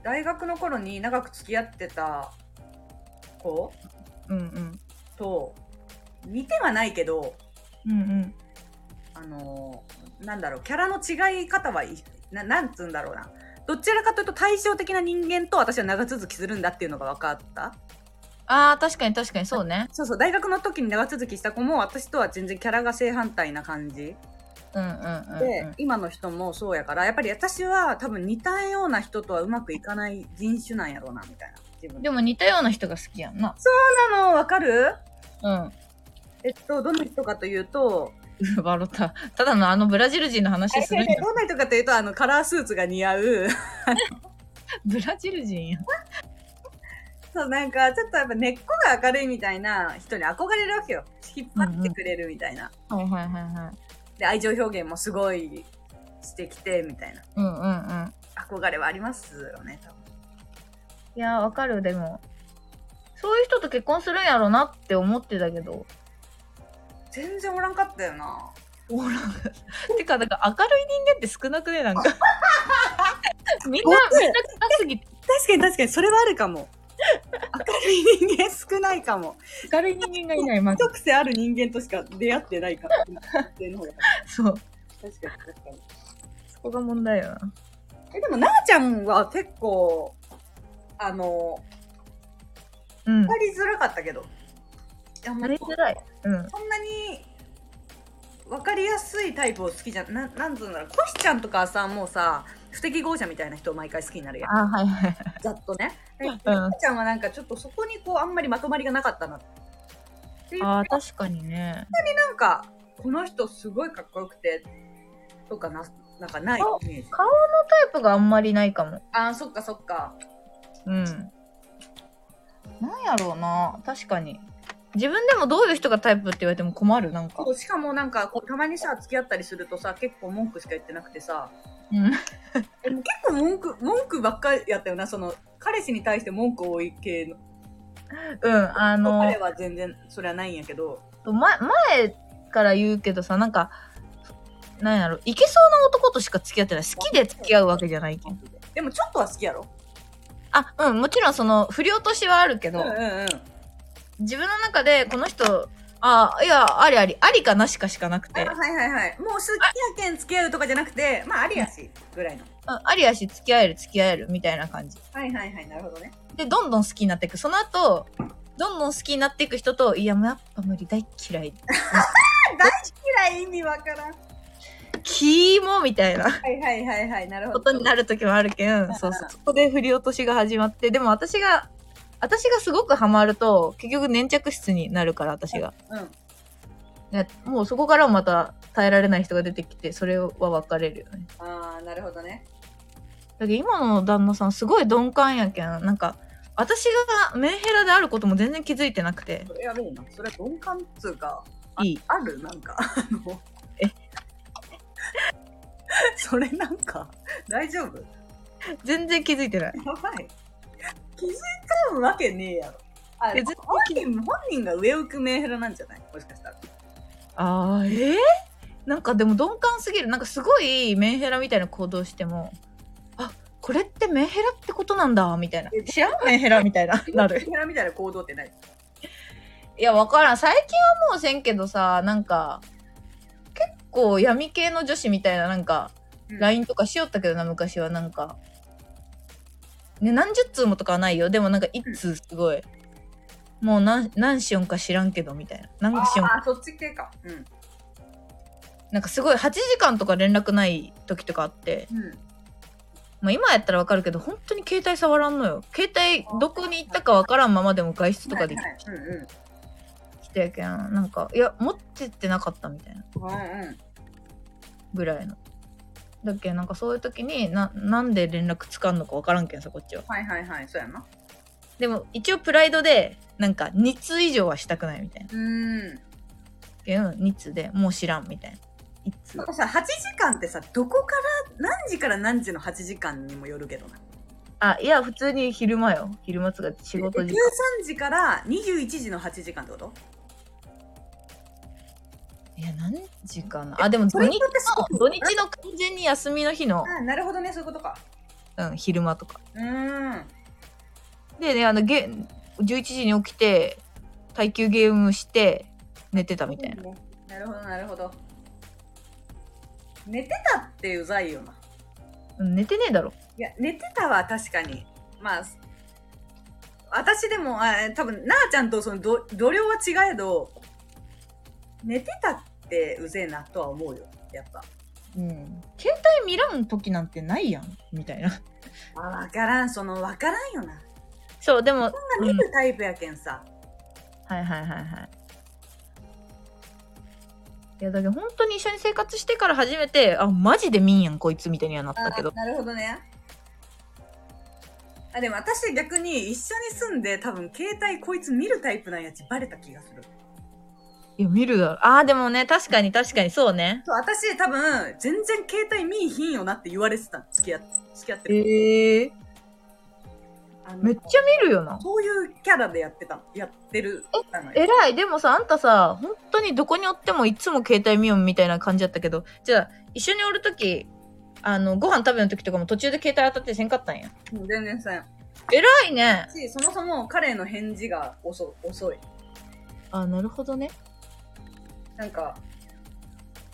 大学の頃に長く付き合ってた子うんうん。と似てはないけどうんうん。あのーなんだろうキャラの違い方はいななんつうんだろうなどちらかというと対照的な人間と私は長続きするんだっていうのが分かったああ、確かに確かにそうね。そうそう大学の時に長続きした子も私とは全然キャラが正反対な感じうんうんうんうん。で、今の人もそうやからやっぱり私は多分似たような人とはうまくいかない人種なんやろうなみたいな自分でも似たような人が好きやんな。そんなの分かるうん。 えっとどの人かというとバロタ。ただのあのブラジル人の話するん や。どんな人かというとあのカラースーツが似合うブラジル人や。そう、なんか、ちょっとやっぱ根っこが明るいみたいな人に憧れるわけよ。引っ張ってくれるみたいな。はいはいはいはい。で、愛情表現もすごいしてきて、みたいな。うんうんうん。憧れはありますよね、多分。いやー、わかる、でも。そういう人と結婚するんやろなって思ってたけど。全然おらんかったよな。おらんかった てか、なんか明るい人間って少なくね、なん か。みんな、僕みんな高すぎて。確かに確かに、それはあるかも。明るい人間少ないかも。明るい人間がいない、 まず。一癖ある人間としか出会ってないから。そう。確かに確かに。そこが問題よな。え、でも、なあちゃんは結構、あの、うんわ。りづらかったけど。いや、もなうりづらい。うん。そんなに、わかりやすいタイプを好きじゃ、ななんつうんだろう、コシちゃんとかはさ、もうさ、不適合者みたいな人を毎回好きになるやん。あ、はいはい。ざっとね。でんなあちゃんはなんかちょっとそこにこう、あんまりまとまりがなかったな。でああ、確かにね。なんか、この人すごいかっこよくて、とかな、なんかないあイメージ。顔のタイプがあんまりないかも。あー、そっかそっか。うん。なんやろうな。確かに。自分でもどういう人がタイプって言われても困る、なんか。しかもなんか、こうたまにさ、付き合ったりするとさ、結構文句しか言ってなくてさ、うん。でも結構文句、文句ばっかりやったよな、その、彼氏に対して文句多い系の。うん、あの、彼は全然、それはないんやけど、ま、前から言うけどさ、なんか、なんやろ、いけそうな男としか付き合ってない。好きで付き合うわけじゃないけん。でもちょっとは好きやろ。あ、うん、もちろんその、不良としてはあるけうんど、うんうん。自分の中でこの人、あ、いや、ありあり、ありかなしかしかなくあて、うんはいはいはい。もう好きやけん付き合うとかじゃなくて、まあありやし、ぐらいの。ありやし、付き合える、付き合える、みたいな感じ。はいはいはい、なるほどね。で、どんどん好きになっていく。その後、どんどん好きになっていく人と、いや、もうやっぱ無理、大っ嫌い。嫌い意味わからん。はキーモみたいないはいはいはい、なるほこど。とになる時もあるけん、そうそう。そこで振り落としが始まって、でも私が、私がすごくハマると、結局粘着質になるから、私が。うん。ねもうそこからもまた耐えられない人が出てきて、それは別れるよね。ああ、なるほどね。だけど今の旦那さんすごい鈍感やけんなんか私がメンヘラであることも全然気づいてなくてそれやべえな。それ鈍感っつうか、いいあるなんか、あの、え それなんか、大丈夫や全然気づいてないばい。気づかんわけねえやろ。あえ絶対本人本人が上を向くメンヘラなんじゃないもしかしたら。あーえー、なんかでも鈍感すぎるなんかすごいメンヘラみたいな行動してもあこれってメンヘラってことなんだみたいなえ知らんメンヘラみたい ななメンるヘラみたいな行動ってない。いやわからん最近はもうせんけどさなんか結構闇系の女子みたいななんかうん、 LINE とかしよったけどな昔はなんか、ね、何十通もとかはないよでもなんか一通すごい、もう何何しよんか知らんけどみたいな何しよんああ、そっち系か。うん。なんかすごい8時間とか連絡ない時とかあって、うん。まあ、今やったらわかるけど本当に携帯触らんのよ携帯どこに行ったかわからんままでも外出とかできはいはいうんうん。きたやけんなんかいや持ってってなかったみたいなうんうん。ぐらいのだっけなんかそういう時にななんで連絡つかんのかわからんけんさこっちははいはいはい、そうやな。でも一応プライドでなんか2通以上はしたくないみたいな。うん。けど2通でもう知らんみたいな。1通なんかさ、8時間ってさ、どこから、何時から何時の8時間にもよるけどな。あいや普通に昼間よ。昼間つが仕事時間。 13時から21時の8時間ってこといや何時かな。あでも土日ってすの土日の完全に休みの日の、あなるほどねそういうことかうん、昼間とか。うーんでねあのゲ11時に起きて耐久ゲームして寝てたみたいな。なるほどなるほど寝てたってうざいよなうん寝てねえだろ。いや寝てたは確かにまあ私でもあ多分なあちゃんとそのど度量は違えど寝てたってうぜえなとは思うよやっぱうん、携帯見らん時なんてないやんみたいな。あ分からんその分からんよなそうでも、そんな見るタイプやけんさ、はいはいはいはい。いやだけど本当に一緒に生活してから初めてあマジでみんやんこいつみたいにはなっあたけどなるほどねあでも私逆に一緒に住んで多分携帯こいつ見るタイプなんやちバレた気がするいや見るだろあーでもね確かに確かにそうねそう私多分全然携帯見いひんよなって言われてた付き合って付き合ってる、ええあのめっちゃ見るよなそういうキャラでやってたやってるたのよえらいでもさあんたさ本当にどこにおってもいつも携帯見ようみたいな感じだったけどじゃあ一緒におる時あのご飯食べの時とかも途中で携帯当たってせんかったんやもう全然さえらいねしそもそも彼の返事が遅遅いあなるほどねなんか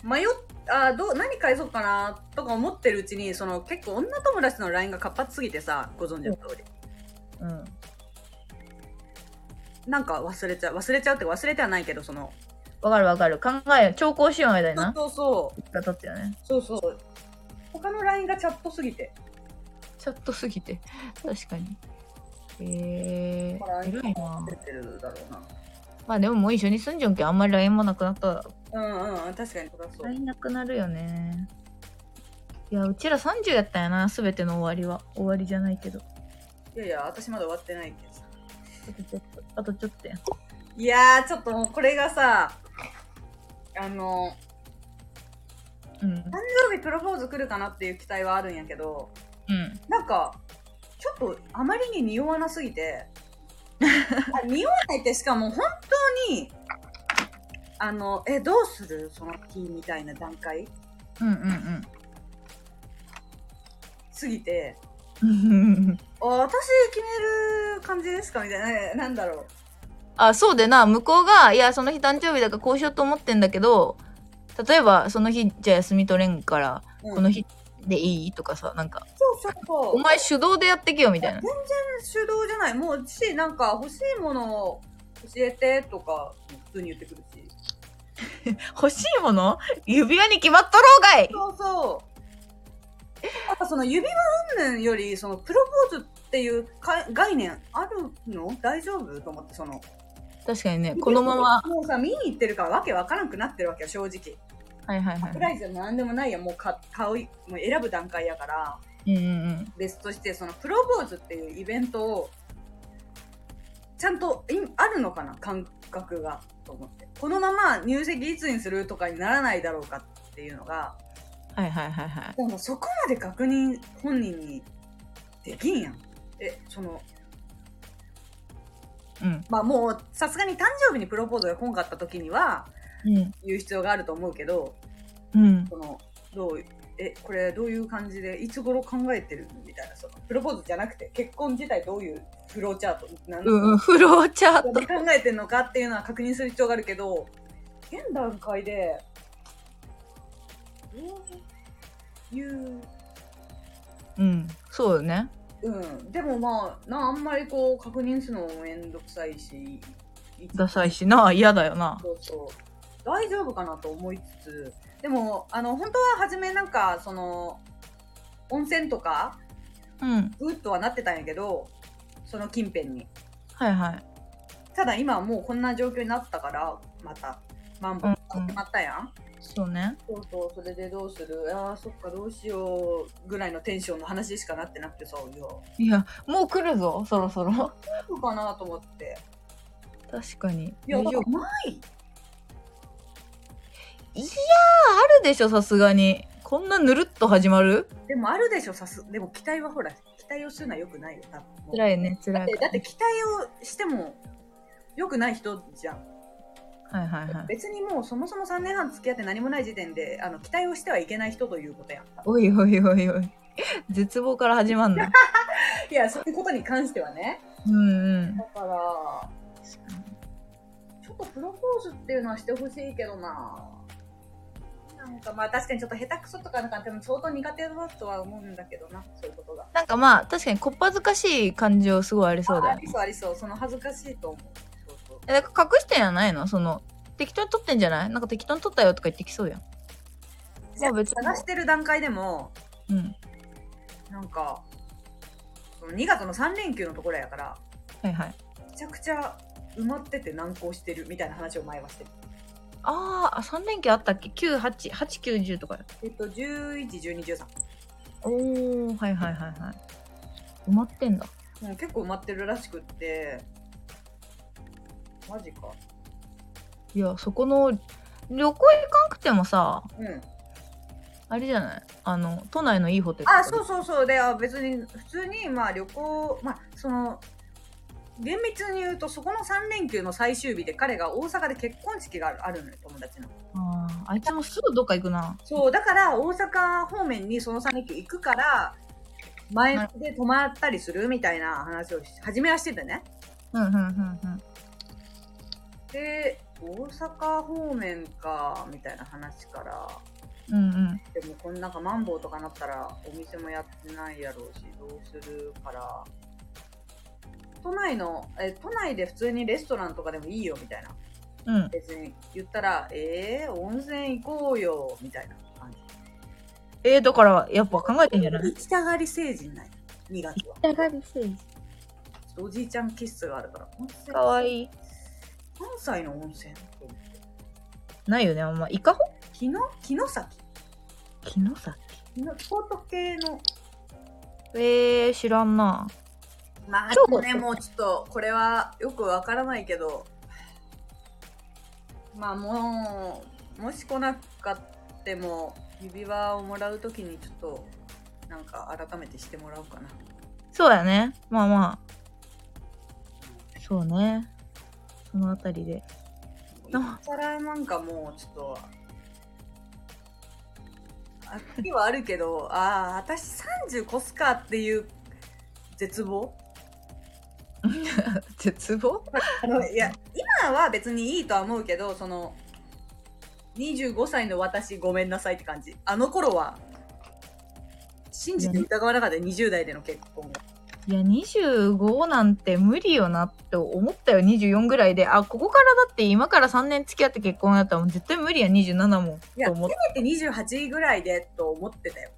迷っあーどう何返そうかなとか思ってるうちにその結構女友達の LINE が活発すぎてさご存知の通り、うん。なんか忘れちゃう忘れちゃうって忘れてはないけどそのわかるわかる。考え、調校しようみたいな。そうそう言ったってよね。そうそうそう他の LINE がチャットすぎてチャットすぎて。確かに。えー、偉いな出。てるだろうまあでももう一緒に住んじゃんけんあんまり LINE もなくなったらなうんうん確かにそりゃそう、 LINE なくなるよね。いや、うちら30やったんやな、すべての終わりは。終わりじゃないけど。いやいや私まだ終わってないけどさあとちょっと、あとちょっとや。いやーちょっともうこれがさあのうん。誕生日プロポーズ来るかなっていう期待はあるんやけどうん。なんかちょっとあまりに匂わなすぎ てあ匂わないってしかも本当にあのえどうするその日みたいな段階うん過ぎてうんうん。あ私決める感じですかみたいななんだろあ、そうでな、向こうが、いや、その日誕生日だからこうしようと思ってんだけど、例えば、その日、じゃあ休み取れんから、う、うんこの日でいいとかさ、なんか、そうそうそうお前手動でやってけよ、みたいな。手動じゃないもうしなんか欲しいものを教えてとか普通に言ってくるし欲しいもの指輪に決まっとろうがいそうそう。なんかその指輪云々より、そのプロポーズっていうか概念あるの大丈夫と思って、その。確かにね、このまま。もうさ、見に行ってるからわけわからんくなってるわけよ、正直。はいはいはプい。ライズでもなんでもないやん、もうか買う、もう選ぶ段階やから。うんうんうん。別として、そのプロポーズっていうイベントを、ちゃんといあるのかな、感覚が。と思って。このまま入籍いつにするとかにならないだろうかっていうのが、はいはいはいはい。でもそこまで確認本人にできんやん。え、その、うん。まあもうさすがに誕生日にプロポーズが来んかった時には言う必要があると思うけど、うん。うん。その、どう、え、これどういう感じで、いつ頃考えてるみたいな、その、プロポーズじゃなくて、結婚自体どういうフローチャート、なんうんうん。フローチャーどトう。考えてんのかっていうのは確認する必要があるけど、現段階で、どういううん。そうよね。うん、でもまあなあんまりこう確認するのもめんどくさいしダサいしな、嫌だよな。そうそう大丈夫かなと思いつつでもあの本当は初めなんかその温泉とかうん。うっとはなってたんやけどその近辺にはいはい。ただ今はもうこんな状況になったからまたマンボウ始まったやん、そうね。そうそうそれでどうするあーそっかどうしようぐらいのテンションの話しかなってなくてさいやいや、もう来るぞ、そろそろ。大丈夫かなと思って確かに。いや大丈夫ないいやー、あるでしょ、さすがに。こんなぬるっと始まるでもあるでしょ、さす。でも期待はほら、期待をするのは良くないよ、多分。辛いね、辛だっいて。かだらって期待をしても良くない人じゃん。はいはいはい。別にもうそもそも3年半付き合って何もない時点で、あの期待をしてはいけない人ということやん。おいおいおいおい。絶望から始まんの。いや、そういうことに関してはね。うんうんだ。から、ちょっとプロポーズっていうのはしてほしいけどな。なんかまあ確かにちょっと下手くそとかなんかでも相当苦手だとは思うんだけどな、そういうことが。なんかまあ、確かにこっぱずかしい感情すごいありそうだあよあね。りそうありそう、その恥ずかしいと思う。そうそうえ、だから隠してんじゃないのその、適当に撮ってんじゃないなんか適当に撮ったよとか言ってきそうやん。まあ別に探してる段階でもうん。なんかその2月の3連休のところやからはいはい。めちゃくちゃ埋まってて難航してるみたいな話を前はしてるあーあ、3連休あったっけ ?9、8、8、9、10とかや。えっと111213おー、はいはいはいはい。埋まってんだ。もう結構埋まってるらしくってマジかいや、そこの、旅行行かんくてもさ、うんあれじゃないあの、都内のいいホテルとか。あそうそうそうであ別に普通にまあ旅行まあその厳密に言うとそこの3連休の最終日で彼が大阪で結婚式があるあるのよ友達のあーあいつもすぐどっか行くな。そう、だから大阪方面にその3連休行くから、前で泊まったりするみたいな話をし初めはしててね。うんうんうんうん。で、大阪方面か、みたいな話から、うんうん。でもこのなんかマンボウとかなったらお店もやってないやろうしどうするから都内のえ都内で普通にレストランとかでもいいよみたいなうん。別に言ったらえー、温泉行こうよみたいな感じえー、だから、やっぱ考えてんじゃない行きたがり成人ない2月はちょたがりせい。っとおじいちゃん気質があるから温泉かわいい。関西の温泉と思ってないよね、あんま。イカホ木の木の先木のさ。木の京都系のえー、知らんな。まあ京都ねもうちょっとこれはよくわからないけどまあもうもし来なかっても指輪をもらうときにちょっとなんか改めてしてもらおうかなそうだね。まあまあ。そうね。そのあたりで。あ今更なんかもうちょっとあっきはあるけどああ私30越すかっていう絶望絶望あのいや今は別にいいとは思うけどその25歳の私ごめんなさいって感じあの頃は信じて疑わなかったよ20代での結婚をいや、25なんて無理よなって思ったよ、24ぐらいで。あ、ここからだって今から3年付き合って結婚だったらもう絶対無理や、27も。いやと思っせめて28ぐらいでと思ってたよ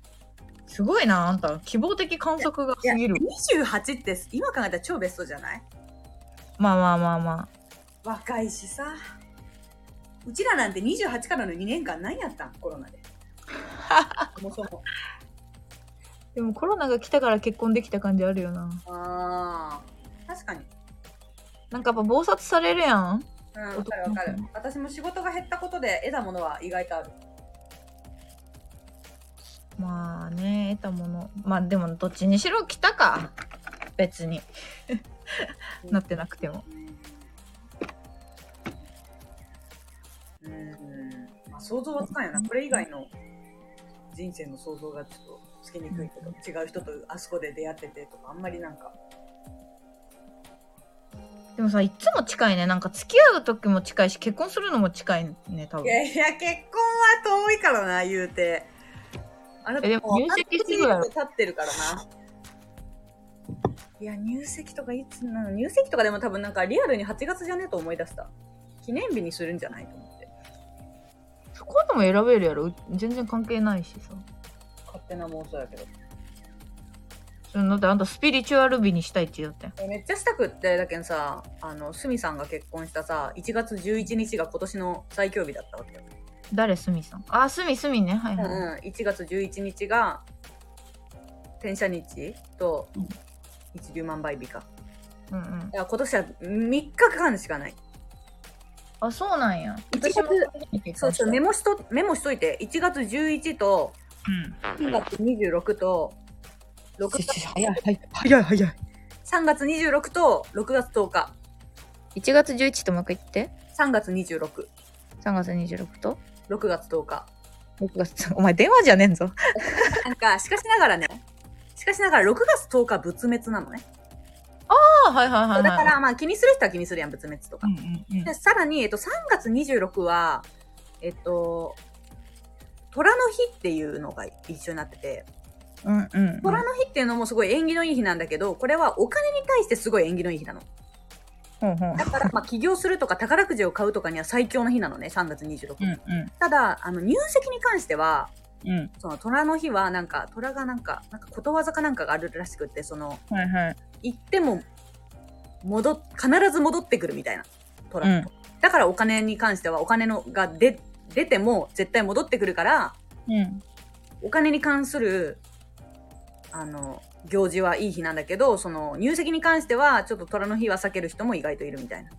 すごいな、あんた。希望的観測がい過やぎる。 28って今考えたら超ベストじゃないまあまあまあま若いしさうちらなんて28からの2年間何やったんコロナ でそもそもあ。でもコロナが来たから結婚できた感じあるよな。あー確かになんかやっぱ暴殺されるやん。うん、わかるわかる。私も仕事が減ったことで得たものは意外とある。まあね、得たもの。まあでもどっちにしろ来たか。別に。なってなくても。うん。うん。まあ、想像はつかんよな。これ以外の人生の想像がちょっとつきにくいけど、違う人とあそこで出会っててとか、あんまりなんか。でもさ、いつも近いね。なんか付き合う時も近いし、結婚するのも近いね、多い分。やいや、結婚は遠いからな、言うて。あなたえでもう入籍してくらい半年以上経ってるからな。いや、入籍とかいつなの入籍とかでも多分なんかリアルに8月じゃねえと思い出した。記念日にするんじゃないと思って。そこでも選べるやろう全然関係ないしさ。勝手な妄想やけど。そのだってあんたスピリチュアル日にしたいって言うてん。めっちゃしたくって、だけどさ、あの、すみさんが結婚したさ、1月11日が今年の最強日だったわけよ。誰すみさん。あ、すみすみね。はいうはい。ん、うん、1月11日が、転写日とうん、一粒万倍日か。うん、うんいや今年は3日間しかない。あ、そうなんや。一月私も結そう婚しそたうメモしとメモしといて1月11とうん。 3月26と6ちょ月ちょ早い早い早い早い。 3月26と6月10日1月11ともう一回言って。 3月266 3月26と月10日6月。お前電話じゃねえんぞ。なんかしかしながらねしかしながら6月10日仏滅なのねあ、はいはいはだい、はい。からまあ気にする人は気にするやん仏滅とかうんうんうんでさらに、えっと、3月26はえっと虎の日っていうのが一緒になっててうんうんうん。虎の日っていうのもすごい縁起のいい日なんだけどこれはお金に対してすごい縁起のいい日なのほうほう。だから、まあ、起業するとか宝くじを買うとかには最強の日なのね、3月26日。うんうただ、あの、入籍に関しては、ん。うん。その、虎の日は、なんか、虎がなんか、なんかことわざかなんかがあるらしくって、その、はいはい。行っても、戻っ、必ず戻ってくるみたいな、虎。うんだからお金に関しては、お金のが出、出ても絶対戻ってくるから、うん。お金に関する、あの、行事はいい日なんだけど、その、入籍に関しては、ちょっと虎の日は避ける人も意外といるみたいな。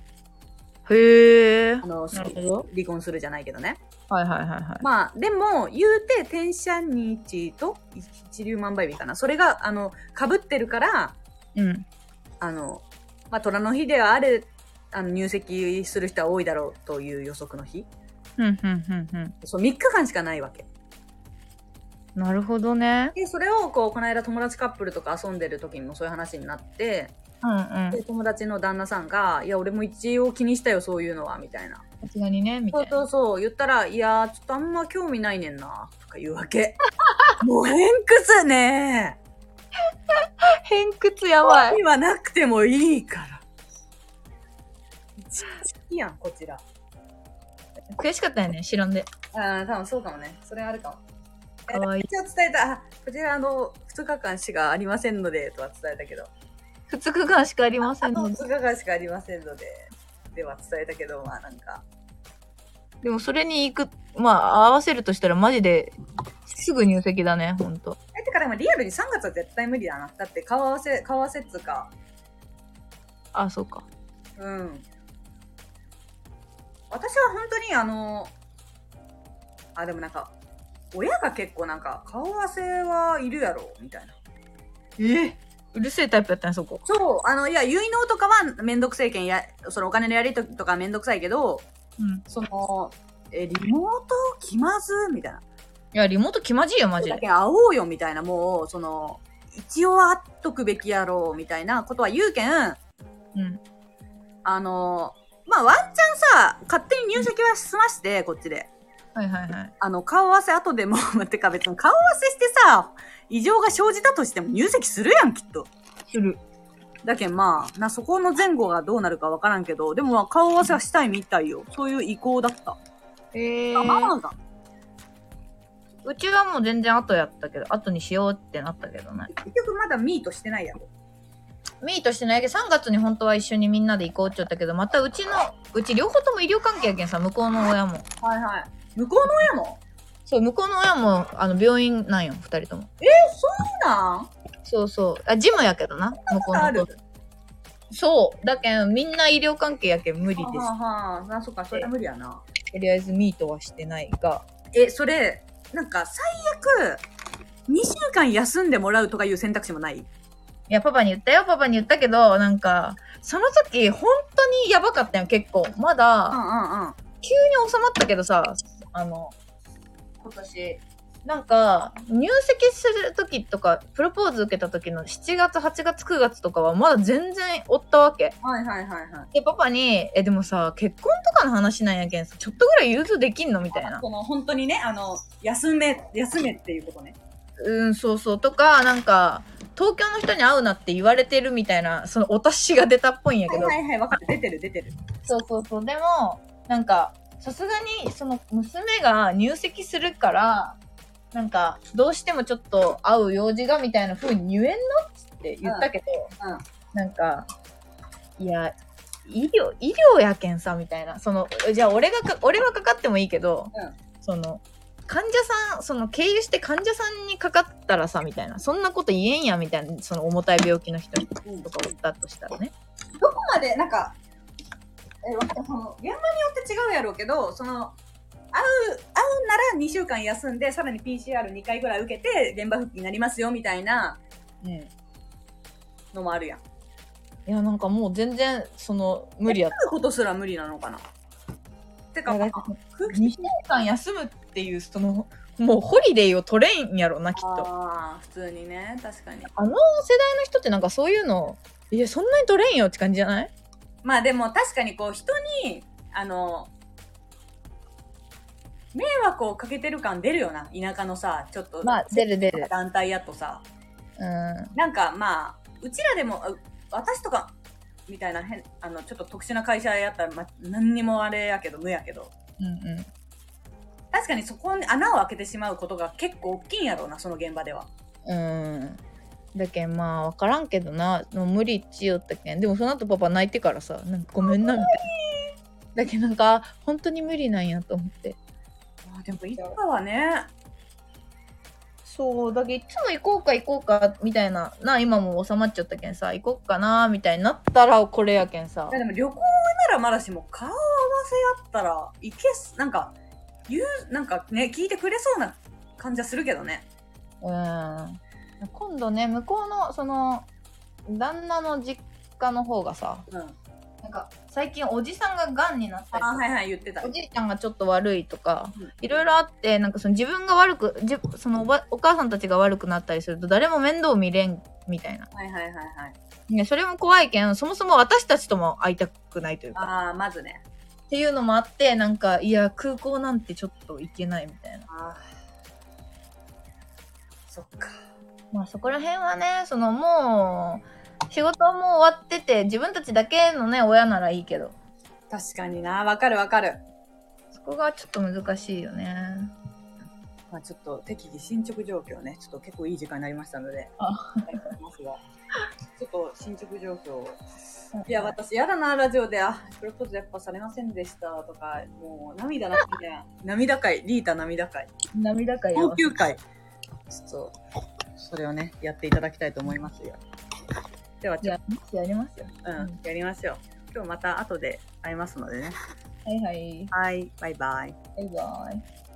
へえ。あの、なるほど離婚するじゃないけどね。はいはいはいはい。まあでも言うて転写日と一粒万倍日かなそれがあのかぶってるからうん。あの、まあ、虎の日ではあれあの入籍する人は多いだろうという予測の日うんうんうんうん。そう3日間しかないわけなるほどね。でそれをこうこの間友達カップルとか遊んでる時にもそういう話になってうんうん。で友達の旦那さんが「いや俺も一応気にしたよそういうのは」みたいなさすがにね、みたそういな。そうそう言ったら「いやーちょっとあんま興味ないねんな」とか言うわけもう偏屈ね偏屈やばい。今なくてもいいから一番好きやんこちら悔しかったよね、白んで。ああ多分そうかもねそれあるかもかわいい。一応伝えたあこちらあの2日間しかありませんのでとは伝えたけど不足感しかありませんので。 2日間しかありませんのででは伝えたけどまあなんかでもそれに行く、まあ合わせるとしたらマジで、すぐ入籍だね、ほんと。えてかでもリアルに3月は絶対無理だなだって顔合わせ顔合わせっつうかあ、そうか。うん私は本当にあのあでもなんか親が結構なんか顔合わせはいるやろみたいなえうるせえタイプやったね、そこ。そうあのいや結納とかはめんどくせえけんやそのお金のやりとりとかめんどくさいけどうん。いそのえリモート気まずみたいなや、リモート気まじいよ、マジだで。けん会おうよみたいなもうその一応会っとくべきやろうみたいなことは言うけんうん。あのまあワンチャンさ勝手に入籍は済ましてこっちではいはいはい。あの顔合わせ後でも待ってか別に顔合わせしてさ異常が生じたとしても入籍するやんきっとする。だけんまあなそこの前後がどうなるかわからんけどでもまあ顔合わせはしたいみたいよそういう意向だった、えあママがうちはもう全然後やったけど、後にしようってなったけどね。結局まだミートしてないやろミートしてないけど、3月に本当は一緒にみんなで行こうって言ったけど、またうちの、うち両方とも医療関係やけんさ、向こうの親も。はいはい向こうの親もそう、向こうの親も、あの、病院なんよ、二人とも。そうなんそうそう。あ、ジムやけどな、向こうあのる子。そう。だけん、みんな医療関係やけん無理ではあはあはああそっかそれは無理やなす。とりあえずミートはしてないが。えそれなんか最悪2週間休んでもらうとかいう選択肢もないいや、パパに言ったよ、パパに言ったけど、なんか、その時、本当にやばかったよ、結構。まだ、うんうんうん急に収まったけどさあの今年なんか入籍する時とかプロポーズ受けた時の7月8月9月とかはまだ全然おったわけはいはいはいはいでパパに「えでもさ結婚とかの話なんやけんさちょっとぐらい融通できんの?」みたいなその本当にねあの休め休めっていうことね「うんそうそう」とかなんか「東京の人に会うな」って言われてるみたいなそのお達しが出たっぽいんやはけいど、はいはい分かる出てる出てるそうそうそうでもなんかさすがにその娘が入籍するからなんかどうしてもちょっと会う用事がみたいな風に言えんのって言ったけど、うんうんなんかいや医療医療やけんさみたいなそのじゃあ俺がか俺はかかってもいいけど、うんその患者さんその経由して患者さんにかかったらさみたいなそんなこと言えんやみたいなその重たい病気の人とかうんおったとしたらねどこまでなんかえ分かるその現場によって違うやろうけどその会う会うなら2週間休んでさらに PCR2 回ぐらい受けて現場復帰になりますよみたいなうんのもあるやん会いや、なんかもう全然、その、無理やっうことすら無理なのかなてた。かいやだ空って気2週間休むっていう、その、もうホリデーを取れんやろな、きっと。あの世代ああ普通にね確かにの人ってなんかそういうの、いや、そんなに取れんよって感じじゃないまあでも確かにこう人にあの迷惑をかけてる感出るよな田舎のさちょっとまあ出る出る団体やとさうん。なんかまあうちらでもあ私とかみたいな変あのちょっと特殊な会社やったら、まあ、何にもあれやけど無やけどうんうん。確かにそこに穴を開けてしまうことが結構大きいんやろうなその現場ではうん。だけんまあ分からんけどなもう無理っちよったけんでもその後パパ泣いてからさなんかごめんなみたいなだけどなんか本当に無理なんやと思ってあでもいつかはねそうだけどいつも行こうか行こうかみたいなな今もう収まっちゃったけんさ行こうかなみたいになったらこれやけんさいやでも旅行ならまだしも顔合わせやったらいけすなんか言うなんかね聞いてくれそうな感じはするけどねうん今度ね向こうのその旦那の実家の方がさうんあなんか最近おじさんががんになったりとかはいはい言ってたおじいちゃんがちょっと悪いとかうんいろいろあってなんかその自分が悪くじそのおばお母さんたちが悪くなったりすると誰も面倒見れんみたいな。はいはいはいはい。ね、それも怖いけん、そもそも私たちとも会いたくないというか。ああ、まずね。っていうのもあって、なんか、いや、空港なんてちょっと行けないみたいな。ああ。そっか。まあそこら辺はね、そのもう、仕事はもう終わってて、自分たちだけのね、親ならいいけど、確かにな。わかるわかる。そこがちょっと難しいよね。まあちょっと適宜進捗状況ね、ちょっと結構いい時間になりましたので、あはいますがちょっと進捗状況をいや、私、やだな、ラジオで、あ、プロポーズやっぱされませんでしたとか、もう涙なくて、涙会、リータ涙会、涙か高よ。級会、ちょっと、それをね、やっていただきたいと思いますよ。では、いちょや、やりますよ。うん、やりましょう。今日また後で会いますのでね。はいはい。はい、バイバイ。バイバイ。